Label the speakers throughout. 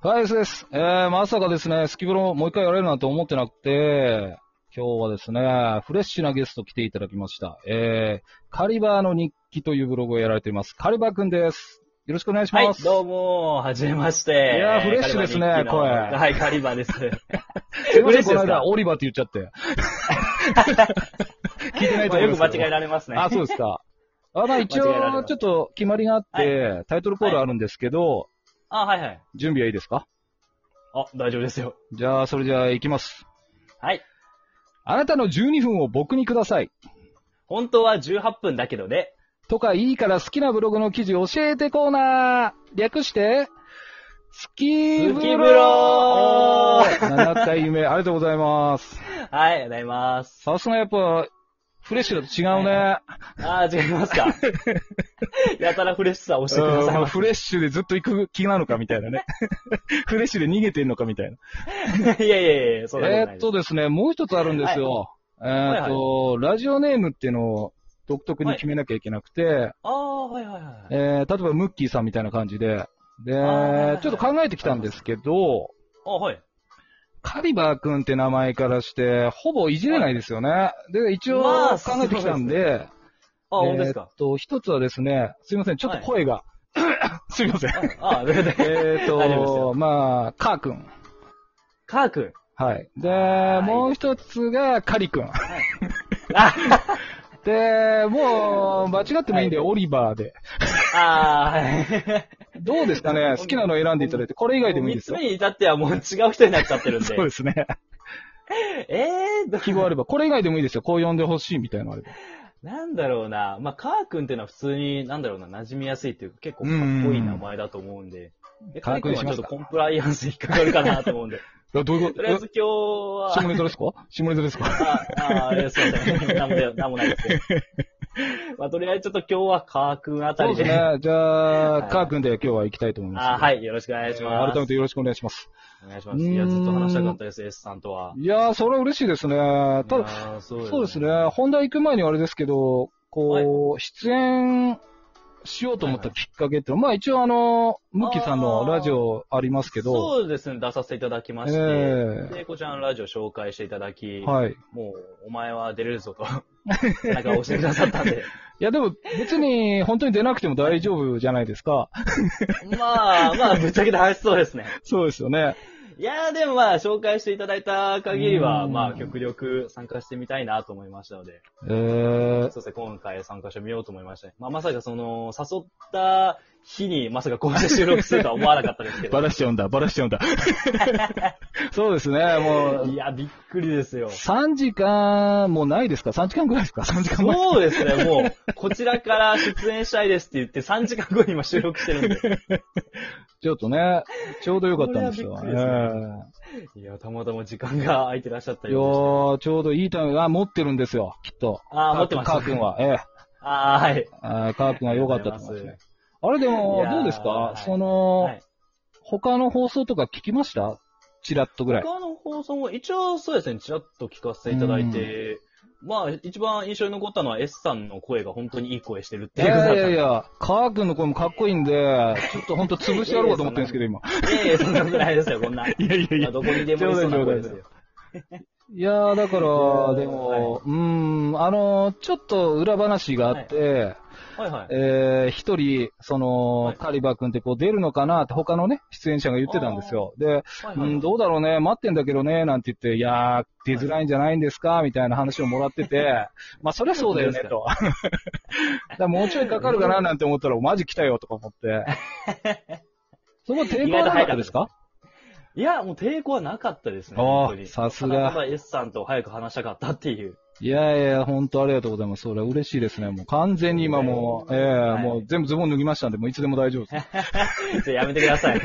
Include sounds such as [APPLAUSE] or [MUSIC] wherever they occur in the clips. Speaker 1: はい、そうです。えー、まさかですね、スキブロもう一回やれるなんて思ってなくて、今日はですね、フレッシュなゲスト来ていただきました。えー、カリバーの日記というブログをやられています。カリバーくんです。よろしくお願いし
Speaker 2: はい
Speaker 1: ま、す。
Speaker 2: どうも、はじめまして。
Speaker 1: いやーフレッシュですね
Speaker 2: カリバの
Speaker 1: 声
Speaker 2: はい、カリ
Speaker 1: [LAUGHS]
Speaker 2: バです。
Speaker 1: すいません、
Speaker 2: 嬉しい
Speaker 1: こ
Speaker 2: で
Speaker 1: の
Speaker 2: すか
Speaker 1: 間、オリバーって言っちゃって。聞いてないと思
Speaker 2: [LAUGHS] まあ
Speaker 1: いま
Speaker 2: よく
Speaker 1: す
Speaker 2: 間
Speaker 1: けど
Speaker 2: 違えられますね。
Speaker 1: あ、そうですか。あ、まあ一
Speaker 2: 間違えられ
Speaker 1: 応、
Speaker 2: ます
Speaker 1: ちょっと決まりがあって、タイトルコールあるんですけど、
Speaker 2: あ、はいはい。
Speaker 1: 準備はいいですか
Speaker 2: あ、大丈夫ですよ。
Speaker 1: じゃあ、それじゃあ行きます。
Speaker 2: はい。
Speaker 1: あなたの12分を僕にください。
Speaker 2: 本当は18分だけどね。
Speaker 1: とかいいから好きなブログの記事教えてコーナー略して、スキーブロ
Speaker 2: スキブロ
Speaker 1: 7回目、ありがとうございます。
Speaker 2: はい、ありがとうございます。
Speaker 1: さすがやっぱ、フレッシュだと違うね。
Speaker 2: あー、違いま
Speaker 1: [LAUGHS]
Speaker 2: すか。やたらフレッシュさを教えてください
Speaker 1: うん
Speaker 2: ま
Speaker 1: フレッシュでずっと行く気なのかみたいな [LAUGHS] ね。フレッシュで逃げてんのかみたいな。
Speaker 2: す。いやいやいや、そんなこと
Speaker 1: えーっ
Speaker 2: ないです
Speaker 1: と。ですね、もう一つあるんですよ。えーっと、ラジオネームっていうのを独特に決めなきゃいけなくて、
Speaker 2: あー、はいはいはい。
Speaker 1: えー例えばムッキーさんみたいな感じで、で、ち
Speaker 2: は
Speaker 1: ょ
Speaker 2: い
Speaker 1: っと考えてきたんですけど、
Speaker 2: あ、はい。
Speaker 1: カリバー君って名前からして、ほぼいじれないですよね。で、一応
Speaker 2: まあ
Speaker 1: 考えてきたんで、
Speaker 2: あ、本当です
Speaker 1: えー
Speaker 2: か
Speaker 1: っ。と、一つはですね、すいません、ちょっと声が、 [LAUGHS] すい
Speaker 2: [LAUGHS]
Speaker 1: ません。
Speaker 2: あ、大丈夫です
Speaker 1: えーっ
Speaker 2: [LAUGHS] 大丈夫ですよ
Speaker 1: と、まあ、カー君。
Speaker 2: カ
Speaker 1: [LAUGHS]
Speaker 2: ー君。
Speaker 1: はい。で
Speaker 2: は、い
Speaker 1: もう一つがカリ君。
Speaker 2: あ、
Speaker 1: で、
Speaker 2: [LAUGHS]
Speaker 1: もう、間違ってもいいんで、
Speaker 2: は
Speaker 1: オリバーで。
Speaker 2: あー、はい。
Speaker 1: どうですかね好きなの選んでいただいて、これ以外でもいいですよ
Speaker 2: [LAUGHS] もう。三つ目に至ってはもう違う人になっちゃってるんで。
Speaker 1: そうですね。
Speaker 2: [LAUGHS] えー、ど
Speaker 1: 希望あれば、これ以外でもいいですよ。こう呼んでほしいみたいなのあれば。
Speaker 2: なんだろうな。まあ、カー君っていうのは普通に、なんだろうな、馴染みやすいっていうか、結構かっこいい名前だと思うんで。で
Speaker 1: カ
Speaker 2: カ
Speaker 1: ー
Speaker 2: ー
Speaker 1: 君
Speaker 2: 君
Speaker 1: にし
Speaker 2: はち
Speaker 1: ま
Speaker 2: ょ
Speaker 1: す
Speaker 2: っと
Speaker 1: か
Speaker 2: コンプライアンス引っかかるかなと思うんで。
Speaker 1: いやどういうこと
Speaker 2: とりあえず今日
Speaker 1: え
Speaker 2: は、
Speaker 1: 下ネタですか下ネタですか
Speaker 2: あ、あ、あれすいません。なんもで、なんもないですけど。まあ、とりあえずちょっと今日はカー君あた
Speaker 1: そう
Speaker 2: り
Speaker 1: で
Speaker 2: で。
Speaker 1: すね。じゃあ、
Speaker 2: はい
Speaker 1: カー君で今日は行きたいと思います。。
Speaker 2: あ、はいい。よろしくお願いします。
Speaker 1: 改めて。よろしくお願いします。
Speaker 2: お願いします。いや、ずっと話したかったです、S さんとは。
Speaker 1: いやー、それは嬉しいですね。ただ、
Speaker 2: だ、そ
Speaker 1: そうですね。本題行く前にあれですけど、こう、出演しようと思ったきっかけって、まあ一応あの、ムッキーさんのラジオありますけど、
Speaker 2: そうですね、出させていただきまして、
Speaker 1: ええ
Speaker 2: で、こちらのラジオ紹介していただき、
Speaker 1: はい。
Speaker 2: もう、お前は出れるぞと、 [LAUGHS] なんか教えてくださったんで。
Speaker 1: いやでも別に本当に出なくても大丈夫じゃないですか。
Speaker 2: まあ、まあ、ぶっちゃけで話しそうですね。
Speaker 1: そうですよね。
Speaker 2: いやー、でもまあ、紹介していただいた限りは、
Speaker 1: うん
Speaker 2: まあ、極力参加してみたいなと思いましたので、
Speaker 1: えー
Speaker 2: そうですね、今回参加してみようと思いましたね。まあ、まさかその、誘った日に、まさかこうして収録するとは思わなかったですけど。 [LAUGHS]
Speaker 1: バラしちゃうんだ、バラしちゃうんだ。 [LAUGHS] そうですね、もう
Speaker 2: い、や、びっくりですよ。
Speaker 1: 3時間もうないですか ?3 時間ぐらいですか ?3 時間前。
Speaker 2: そうですね、もう、こちらから出演したいですって言って、3時間後に今収録してるんで。
Speaker 1: ちょっとね、ちょうどよかったんですよ。
Speaker 2: こ
Speaker 1: え
Speaker 2: れはびっく
Speaker 1: え
Speaker 2: いや、たまたま時間が空いてらっしゃった
Speaker 1: いや
Speaker 2: よう
Speaker 1: ー、
Speaker 2: でし
Speaker 1: ちょうどいいタイム、あ、持ってるんですよ、きっと。
Speaker 2: た。あー、待ってました。
Speaker 1: カー君。は、ええ
Speaker 2: あー、はい。
Speaker 1: あーカー君は良かったと思いますね。あれでも
Speaker 2: い、やー
Speaker 1: どうですか
Speaker 2: はい
Speaker 1: その、
Speaker 2: はい
Speaker 1: 他の放送とか聞きましたチラッとぐらい。
Speaker 2: 他の放送も一応そうですね、ちらっと聞かせていただいて、まあ、一番印象に残ったのは S さんの声が本当にいい声してるって
Speaker 1: い
Speaker 2: いうことだっ
Speaker 1: や
Speaker 2: た。
Speaker 1: いやいや、カー君の声もかっこいいんで、ちょっとほんと潰してやろうかと思ってるんですけど、今。
Speaker 2: いやいやそんなことないですよ、こんな。い
Speaker 1: いやいやいや
Speaker 2: や、どこにでもいそうな声ですよ。
Speaker 1: いやー、だから、
Speaker 2: ー
Speaker 1: でも、うーん、あのー、ちょっと裏話があって、
Speaker 2: はいはい。
Speaker 1: えー、一人、その、
Speaker 2: はい
Speaker 1: カリバー君ってこう出るのかなって他のね、出演者が言ってたんですよ。で、
Speaker 2: はいは
Speaker 1: う
Speaker 2: い
Speaker 1: ん、どうだろうね、待ってんだけどね、なんて言って、いやー、出づらいんじゃないんですか、みたいな話をもらってて、 [LAUGHS] まあ、そりゃそうだよね、と。 [LAUGHS] だからもうちょいかかるかな、なんて思ったら、マジ来たよ、とか思 [LAUGHS] って。そこ抵抗はなかったですか
Speaker 2: いや、もう抵抗はなかったですね、
Speaker 1: あー
Speaker 2: 本当に。
Speaker 1: さすが
Speaker 2: ただただ S さんと早く話したかったっていう。
Speaker 1: いやいや、本当ありがとうございます。それは嬉しいですね。もう完全に今もう、ええ
Speaker 2: はい
Speaker 1: もう全部ズボン脱ぎましたんで、もういつでも大丈夫 [LAUGHS] です。
Speaker 2: じゃあやめてください。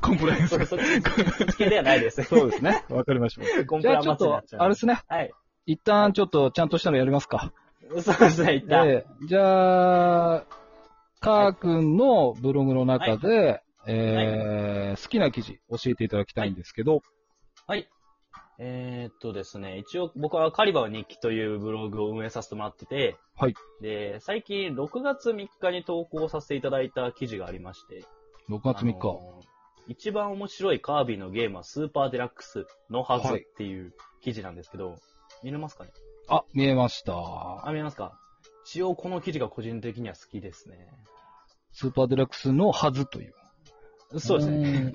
Speaker 1: コンプライアンス
Speaker 2: そ。そっち、そっち系ではないです。
Speaker 1: そうですね。わかりました。
Speaker 2: コン
Speaker 1: じ
Speaker 2: プ
Speaker 1: ゃ
Speaker 2: ラ
Speaker 1: あちょっ
Speaker 2: 祭りにな
Speaker 1: と
Speaker 2: っちゃ、う。
Speaker 1: あれですね。
Speaker 2: はい。
Speaker 1: 一旦ちょっとちゃんとしたのやりますか。
Speaker 2: そうですね、一旦。
Speaker 1: ええじゃあ、カー君のブログの中で、ええ好きな記事教えていただきたいんですけど、
Speaker 2: はい。えー、っとですね、一応僕はカリバー日記というブログを運営させてもらってて、
Speaker 1: はい。
Speaker 2: で、最近6月3日に投稿させていただいた記事がありまして。
Speaker 1: 6月3日。
Speaker 2: あの一番面白いカービィのゲームはスーパーデラックスのはずっていう記事なんですけど、見れますかね
Speaker 1: あ、見えました。
Speaker 2: あ、見えますか一応この記事が個人的には好きですね。
Speaker 1: スーパーデラックスのはずという。
Speaker 2: そう [LAUGHS] です
Speaker 1: う
Speaker 2: ね
Speaker 1: ん。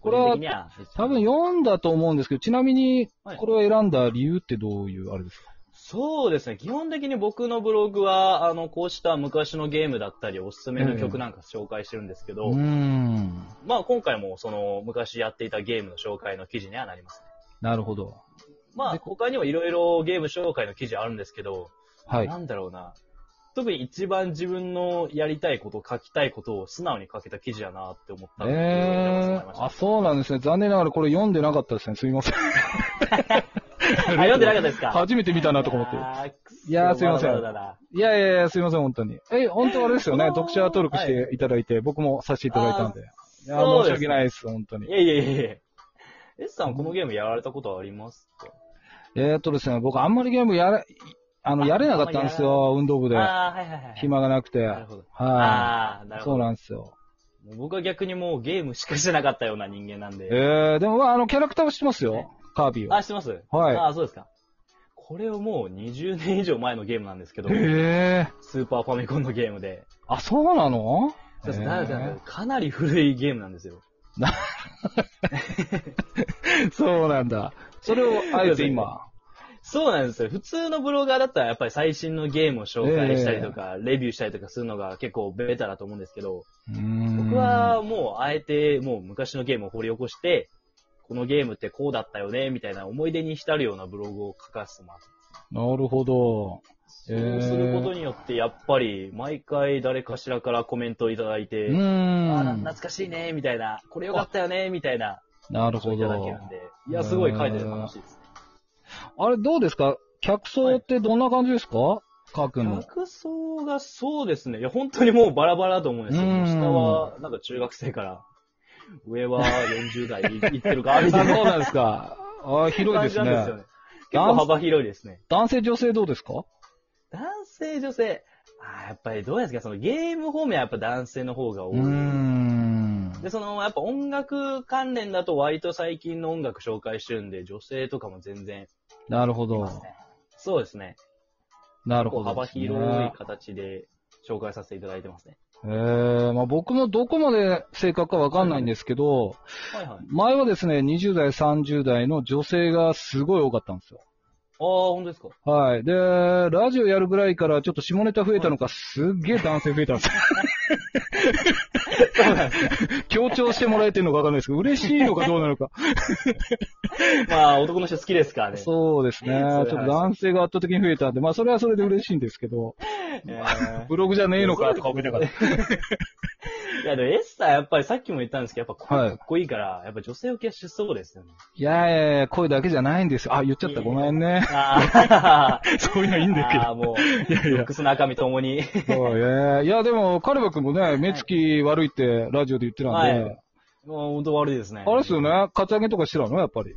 Speaker 2: 個人的には
Speaker 1: 多分読んだと思うんですけど、ちなみに、
Speaker 2: はい
Speaker 1: これを選んだ理由ってどういうあれですか
Speaker 2: そうですね。基本的に僕のブログは、あの、こうした昔のゲームだったり、おすすめの曲なんか紹介してるんですけど、
Speaker 1: ーん。
Speaker 2: まあ今回もその昔やっていたゲームの紹介の記事にはなりますね。
Speaker 1: なるほど。
Speaker 2: まあ
Speaker 1: で
Speaker 2: 他にもいろいろゲーム紹介の記事あるんですけど、
Speaker 1: はい。
Speaker 2: なんだろうな。特に一番自分のやりたいこと、書きたいことを素直に書けた記事だなって思ったので、選ばせてもら
Speaker 1: え
Speaker 2: いまし
Speaker 1: ー、
Speaker 2: た
Speaker 1: あ、そうなんですね。残念ながらこれ読んでなかったですね。すみま
Speaker 2: [LAUGHS]
Speaker 1: せん。
Speaker 2: 読んでなかったですか
Speaker 1: 初めて見たなとか思って。
Speaker 2: て
Speaker 1: いやーすいません
Speaker 2: だだだ
Speaker 1: いやいやいや、すいません、本当に。え、本当あれですよね。
Speaker 2: あー
Speaker 1: 読者登録していただいて、僕もさせていただいたんで。いや、
Speaker 2: そう
Speaker 1: 申
Speaker 2: です
Speaker 1: し訳ないです、本当
Speaker 2: い
Speaker 1: に。
Speaker 2: やいやいやいや。S さん、このゲームやられたことありますか
Speaker 1: えーっとですね、僕あんまりゲームやれ、あの、やれなかったんですよ、運動部で。
Speaker 2: ああ、はいはいはい。
Speaker 1: 暇がなくて。
Speaker 2: なるほど。
Speaker 1: は。
Speaker 2: ああ、ないる
Speaker 1: そう
Speaker 2: ほど。
Speaker 1: なんですよ。
Speaker 2: 僕は逆にもうゲームしかしてなかったような人間なんで。
Speaker 1: えー、でも、まあ、あの、キャラクターは知ってますよ。カービィは。
Speaker 2: あ、してます
Speaker 1: はい
Speaker 2: ああ、そうですか。これをもう20年以上前のゲームなんですけど、
Speaker 1: えー、
Speaker 2: スーパーファミコンのゲームで。
Speaker 1: あ、そうなの
Speaker 2: そうです
Speaker 1: えー
Speaker 2: だからかなり古いゲームなんですよ。
Speaker 1: [LAUGHS] そうなんだ。それを、あえて今。
Speaker 2: そうなんですよ。普通のブロガーだったらやっぱり最新のゲームを紹介したりとか、レビューしたりとかするのが結構ベタだと思うんですけど、僕
Speaker 1: 僕
Speaker 2: は、もうあえてもう昔のゲームを掘り起こして、このゲームってこうだったよね、みたいな思い出に浸るようなブログを書かせてもらって
Speaker 1: なるほど。
Speaker 2: そうすることによって、やっぱり、毎回誰かしらからコメントをいただいうて、
Speaker 1: ー。
Speaker 2: あーなん懐かしいね、みたいな、これよかったよね、みたいな、
Speaker 1: なるほ
Speaker 2: いただけ
Speaker 1: ど
Speaker 2: る。んで、いや、すごい書いてて楽しいですね。
Speaker 1: あれ、どうですか客層ってどんな感じですか、書くの。
Speaker 2: 客層がそうですね。いや、本当にもうバラバラだと思うんです
Speaker 1: う
Speaker 2: よ。
Speaker 1: ん
Speaker 2: 下は、なんか中学生から、上は40代いいってるか、
Speaker 1: あ、
Speaker 2: み
Speaker 1: そ
Speaker 2: た
Speaker 1: う
Speaker 2: いな。
Speaker 1: なんです
Speaker 2: [LAUGHS]
Speaker 1: か。あ広いです
Speaker 2: 感じなん
Speaker 1: ね
Speaker 2: よ。結構幅広いですね。
Speaker 1: 男性、女性どうですか
Speaker 2: 男性、女性。あーやっぱりどうですか、そのゲーム方面はやっぱ男性の方が多
Speaker 1: う
Speaker 2: い。
Speaker 1: ーん。
Speaker 2: で、その、やっぱ音楽関連だと割と最近の音楽紹介してるんで、女性とかも全然
Speaker 1: なるほ
Speaker 2: いま
Speaker 1: ど
Speaker 2: す。ね。そうですね。
Speaker 1: なる
Speaker 2: 結
Speaker 1: ほど
Speaker 2: 構幅
Speaker 1: ですね、
Speaker 2: 広い形で紹介させていただいてますね。
Speaker 1: えー、まあ僕もどこまで正確かわかんないんですけど、
Speaker 2: はいはい。ああ、
Speaker 1: 前はですね、20代、30代の女性がすごい多かったんですよ。
Speaker 2: 本当ですか。
Speaker 1: はい。で、ラジオやるぐらいからちょっと下ネタ増えたのか、すっげえ男性増えたんですよ。
Speaker 2: そうなんですね。
Speaker 1: 強調してもらえてるのかわかんないですけど、嬉しいのかどうなのか。
Speaker 2: [LAUGHS] まあ、男の人好きですからね。
Speaker 1: そうですね。
Speaker 2: そういう話
Speaker 1: ちょっと男性が圧倒的に増えたんで、まあそれはそれで嬉しいんですけど、
Speaker 2: えー
Speaker 1: ブログじゃねえのかとか思いな
Speaker 2: [LAUGHS]
Speaker 1: がら。
Speaker 2: いや、でもエスターやっぱりさっきも言ったんですけど、やっぱ声
Speaker 1: はい
Speaker 2: かっこいいから、やっぱ女性受けしそうですよね。
Speaker 1: いやいやいや、声だけじゃないんですよ。あ、言っちゃった。ごめんね。
Speaker 2: あ [LAUGHS] ー
Speaker 1: そういうのいいんだけ
Speaker 2: あー、もう、
Speaker 1: ど。いやい
Speaker 2: ル
Speaker 1: や
Speaker 2: ッ。クスの赤身ともに。
Speaker 1: そうね。いや、でも、カルバ君もね、目つき悪いってラジオで言ってたんで、
Speaker 2: はいもう本当悪いですね。
Speaker 1: あれっすよね、カツアゲとかしてたのやっぱり。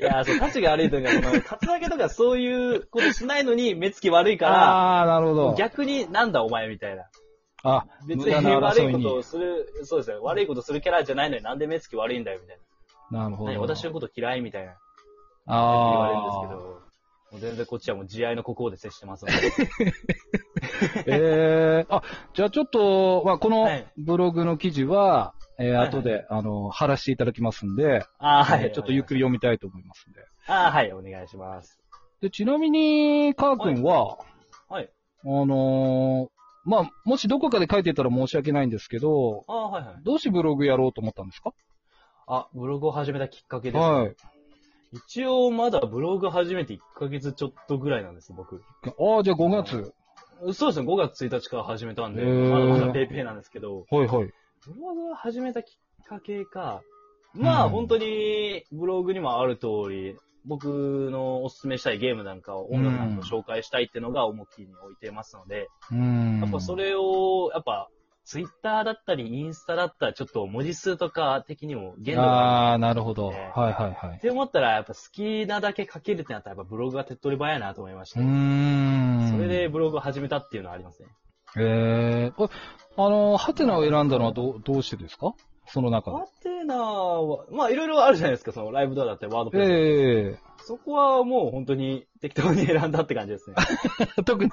Speaker 2: いや、そう、価値が悪いというか、その、カツアゲとかそういうことしないのに目つき悪いか
Speaker 1: ああー、なるほ
Speaker 2: ら、
Speaker 1: ど。
Speaker 2: 逆になんだお前みたいな。
Speaker 1: あ、
Speaker 2: 別
Speaker 1: 無
Speaker 2: に
Speaker 1: 駄な
Speaker 2: 悪
Speaker 1: 争
Speaker 2: い
Speaker 1: い
Speaker 2: こと
Speaker 1: に
Speaker 2: を。する、そうですね、悪いことするキャラじゃないのになんで目つき悪いんだよみたい
Speaker 1: なるほ
Speaker 2: な。何
Speaker 1: ど。
Speaker 2: 私のこと嫌いみたいな。言われるんです
Speaker 1: あ
Speaker 2: けど
Speaker 1: あ。、
Speaker 2: もう全然こっちはもう慈愛の心で接 [LAUGHS] してますので。
Speaker 1: ええあ、じゃあちょっと、まあ、この
Speaker 2: はい
Speaker 1: ブログの記事は、えー
Speaker 2: はいはい
Speaker 1: 後で、あの、貼らせていただきますんで、
Speaker 2: ああ、は
Speaker 1: え
Speaker 2: い。
Speaker 1: ーちょっとゆっくり読みたいと思いますんで。
Speaker 2: ああ、はい、お願いします。
Speaker 1: で、ちなみに、カー君は、
Speaker 2: はい。
Speaker 1: あのーまあ、もしどこかで書いてたら申し訳ないんですけど、
Speaker 2: ああ、はいはい。
Speaker 1: どうしてブログやろうと思ったんですか
Speaker 2: あ、ブログを始めたきっかけですね。
Speaker 1: はい。
Speaker 2: 一応まだブログ始めて1ヶ月ちょっとぐらいなんです、僕。
Speaker 1: ああ、じゃあ5月。
Speaker 2: そうですね、5月1日から始めたんで、
Speaker 1: へー
Speaker 2: まだまだペイペイなんですけど、
Speaker 1: はいはい。
Speaker 2: ブログを始めたきっかけか、ま
Speaker 1: う
Speaker 2: あ
Speaker 1: ん
Speaker 2: 本当にブログにもある通り、僕のおすすめしたいゲームなんかを音楽なんかを紹介したいっていうのが重きに置いてますので、
Speaker 1: うん。
Speaker 2: やっぱそ。れを、やっぱツイッターだったりインスタだったらちょっと文字数とか的にも限度がある
Speaker 1: ああ、なるほど。はい
Speaker 2: ね
Speaker 1: はいはい
Speaker 2: っ。て思ったらやっぱ好きなだけ書けるってなったらやっぱブログが手っ取り早いなと思いまし
Speaker 1: う
Speaker 2: て、
Speaker 1: ーん。
Speaker 2: それでブログを始めたっていうのはありますね。
Speaker 1: ええこれあの、ハテナを選んだのはどうどうしてですかその中で
Speaker 2: ハ。テナは、まあいろいろあるじゃないですか、そのライブドアだってワードプレス、
Speaker 1: え
Speaker 2: そこはもう本当に適当に選んだって感
Speaker 1: [LAUGHS]
Speaker 2: じですね。
Speaker 1: え特に、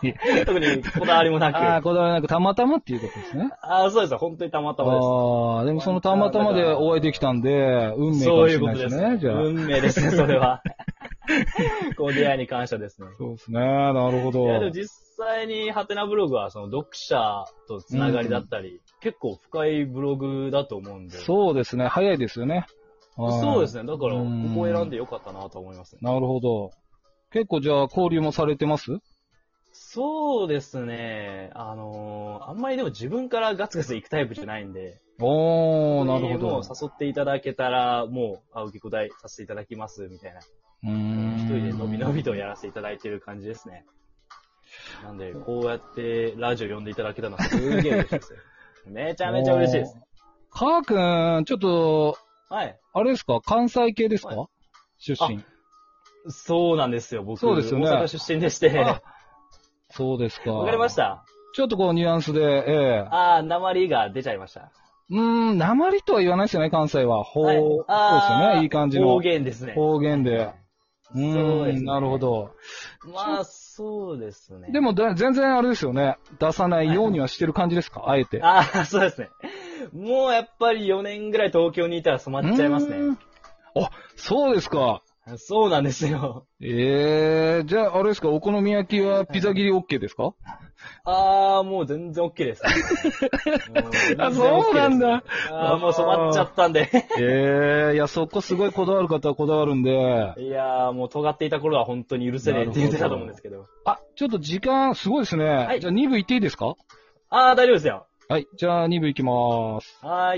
Speaker 2: 特にこだわりもなく。
Speaker 1: ああ、
Speaker 2: あ
Speaker 1: こだわりなく、たまたまっていうことですね。
Speaker 2: あ、そうです。本当にたまたまです。
Speaker 1: ああ、でもそのたまたまでお会いできたんで、運命か
Speaker 2: そ
Speaker 1: も
Speaker 2: う
Speaker 1: しれ
Speaker 2: いうこ
Speaker 1: ない
Speaker 2: と
Speaker 1: で
Speaker 2: ですす。
Speaker 1: ね、じゃあ。
Speaker 2: 運命ですね、それ
Speaker 1: [LAUGHS]
Speaker 2: は。こう出会いに感謝ですね。
Speaker 1: そうですね、なるほ
Speaker 2: い
Speaker 1: ど。
Speaker 2: や、でも実際にハテナブログは、その読者とつながりだったり、結構深いブログだと思うんで。
Speaker 1: そうですね、早いですよね。はい
Speaker 2: そうですね。だから、
Speaker 1: う
Speaker 2: こ
Speaker 1: ん
Speaker 2: こを選んでよかったなと思いますね。
Speaker 1: なるほど。結構じゃあ交流もされてます
Speaker 2: そうですね。あのーあんまりでも自分からガツガツ行くタイプじゃないんで。
Speaker 1: おー、なるほ
Speaker 2: も
Speaker 1: ど。
Speaker 2: う誘っていただけたら、もう、あ、受け答えさせていただきます、みたいな。
Speaker 1: うーん
Speaker 2: 一人でのびのびとやらせていただいてる感じですね。なんで、こうやってラジオ呼んでいただけたのはすげえ嬉しいですよ。めちゃめちゃ嬉しいです。
Speaker 1: おー。かーくん、ちょっと、
Speaker 2: はい。
Speaker 1: あれですか関西系ですか、
Speaker 2: は
Speaker 1: 出身。
Speaker 2: そうなんですよ、僕。
Speaker 1: そうですよね
Speaker 2: 大阪出身でして。
Speaker 1: あそうですか。
Speaker 2: わかりました
Speaker 1: ちょっとこうニュアンスで、ええ
Speaker 2: ああ、鉛が出ちゃいました。
Speaker 1: うーん、鉛とは言わないですよね、関西は。ほう、
Speaker 2: はい
Speaker 1: そうです
Speaker 2: あ
Speaker 1: よ
Speaker 2: ー
Speaker 1: ね、いい感じの。
Speaker 2: 方言ですね。
Speaker 1: 方言で。う
Speaker 2: そう
Speaker 1: ー
Speaker 2: です
Speaker 1: ん、
Speaker 2: ね
Speaker 1: なるほど。
Speaker 2: まあ、そうですね。
Speaker 1: でもだ、全然あれですよね。出さないようにはしてる感じですか、あえて。
Speaker 2: ああ、そうですね。もうやっぱり4年ぐらい東京にいたら染まっちゃいます
Speaker 1: うー
Speaker 2: ね
Speaker 1: ん。。あ、そうですか。
Speaker 2: そうなんですよ。
Speaker 1: ええじゃあ、あれですか、お好み焼きはピザ切り OK ですか、
Speaker 2: ああ、もう全然 OK です。
Speaker 1: [LAUGHS] あそうなんだ。
Speaker 2: ああ、もう染まっちゃったんで。
Speaker 1: ええいや、そこすごいこだわる方はこだわるんで。
Speaker 2: いやー、もう尖っていた頃は本当に許せねえって言ってたと思うんですけど。
Speaker 1: あ、ちょっと時間、すごいですね。
Speaker 2: い
Speaker 1: じゃあ2部行っていいですか
Speaker 2: ああ、大丈夫ですよ。
Speaker 1: はい、じゃあ2部行きまーす。
Speaker 2: はーい。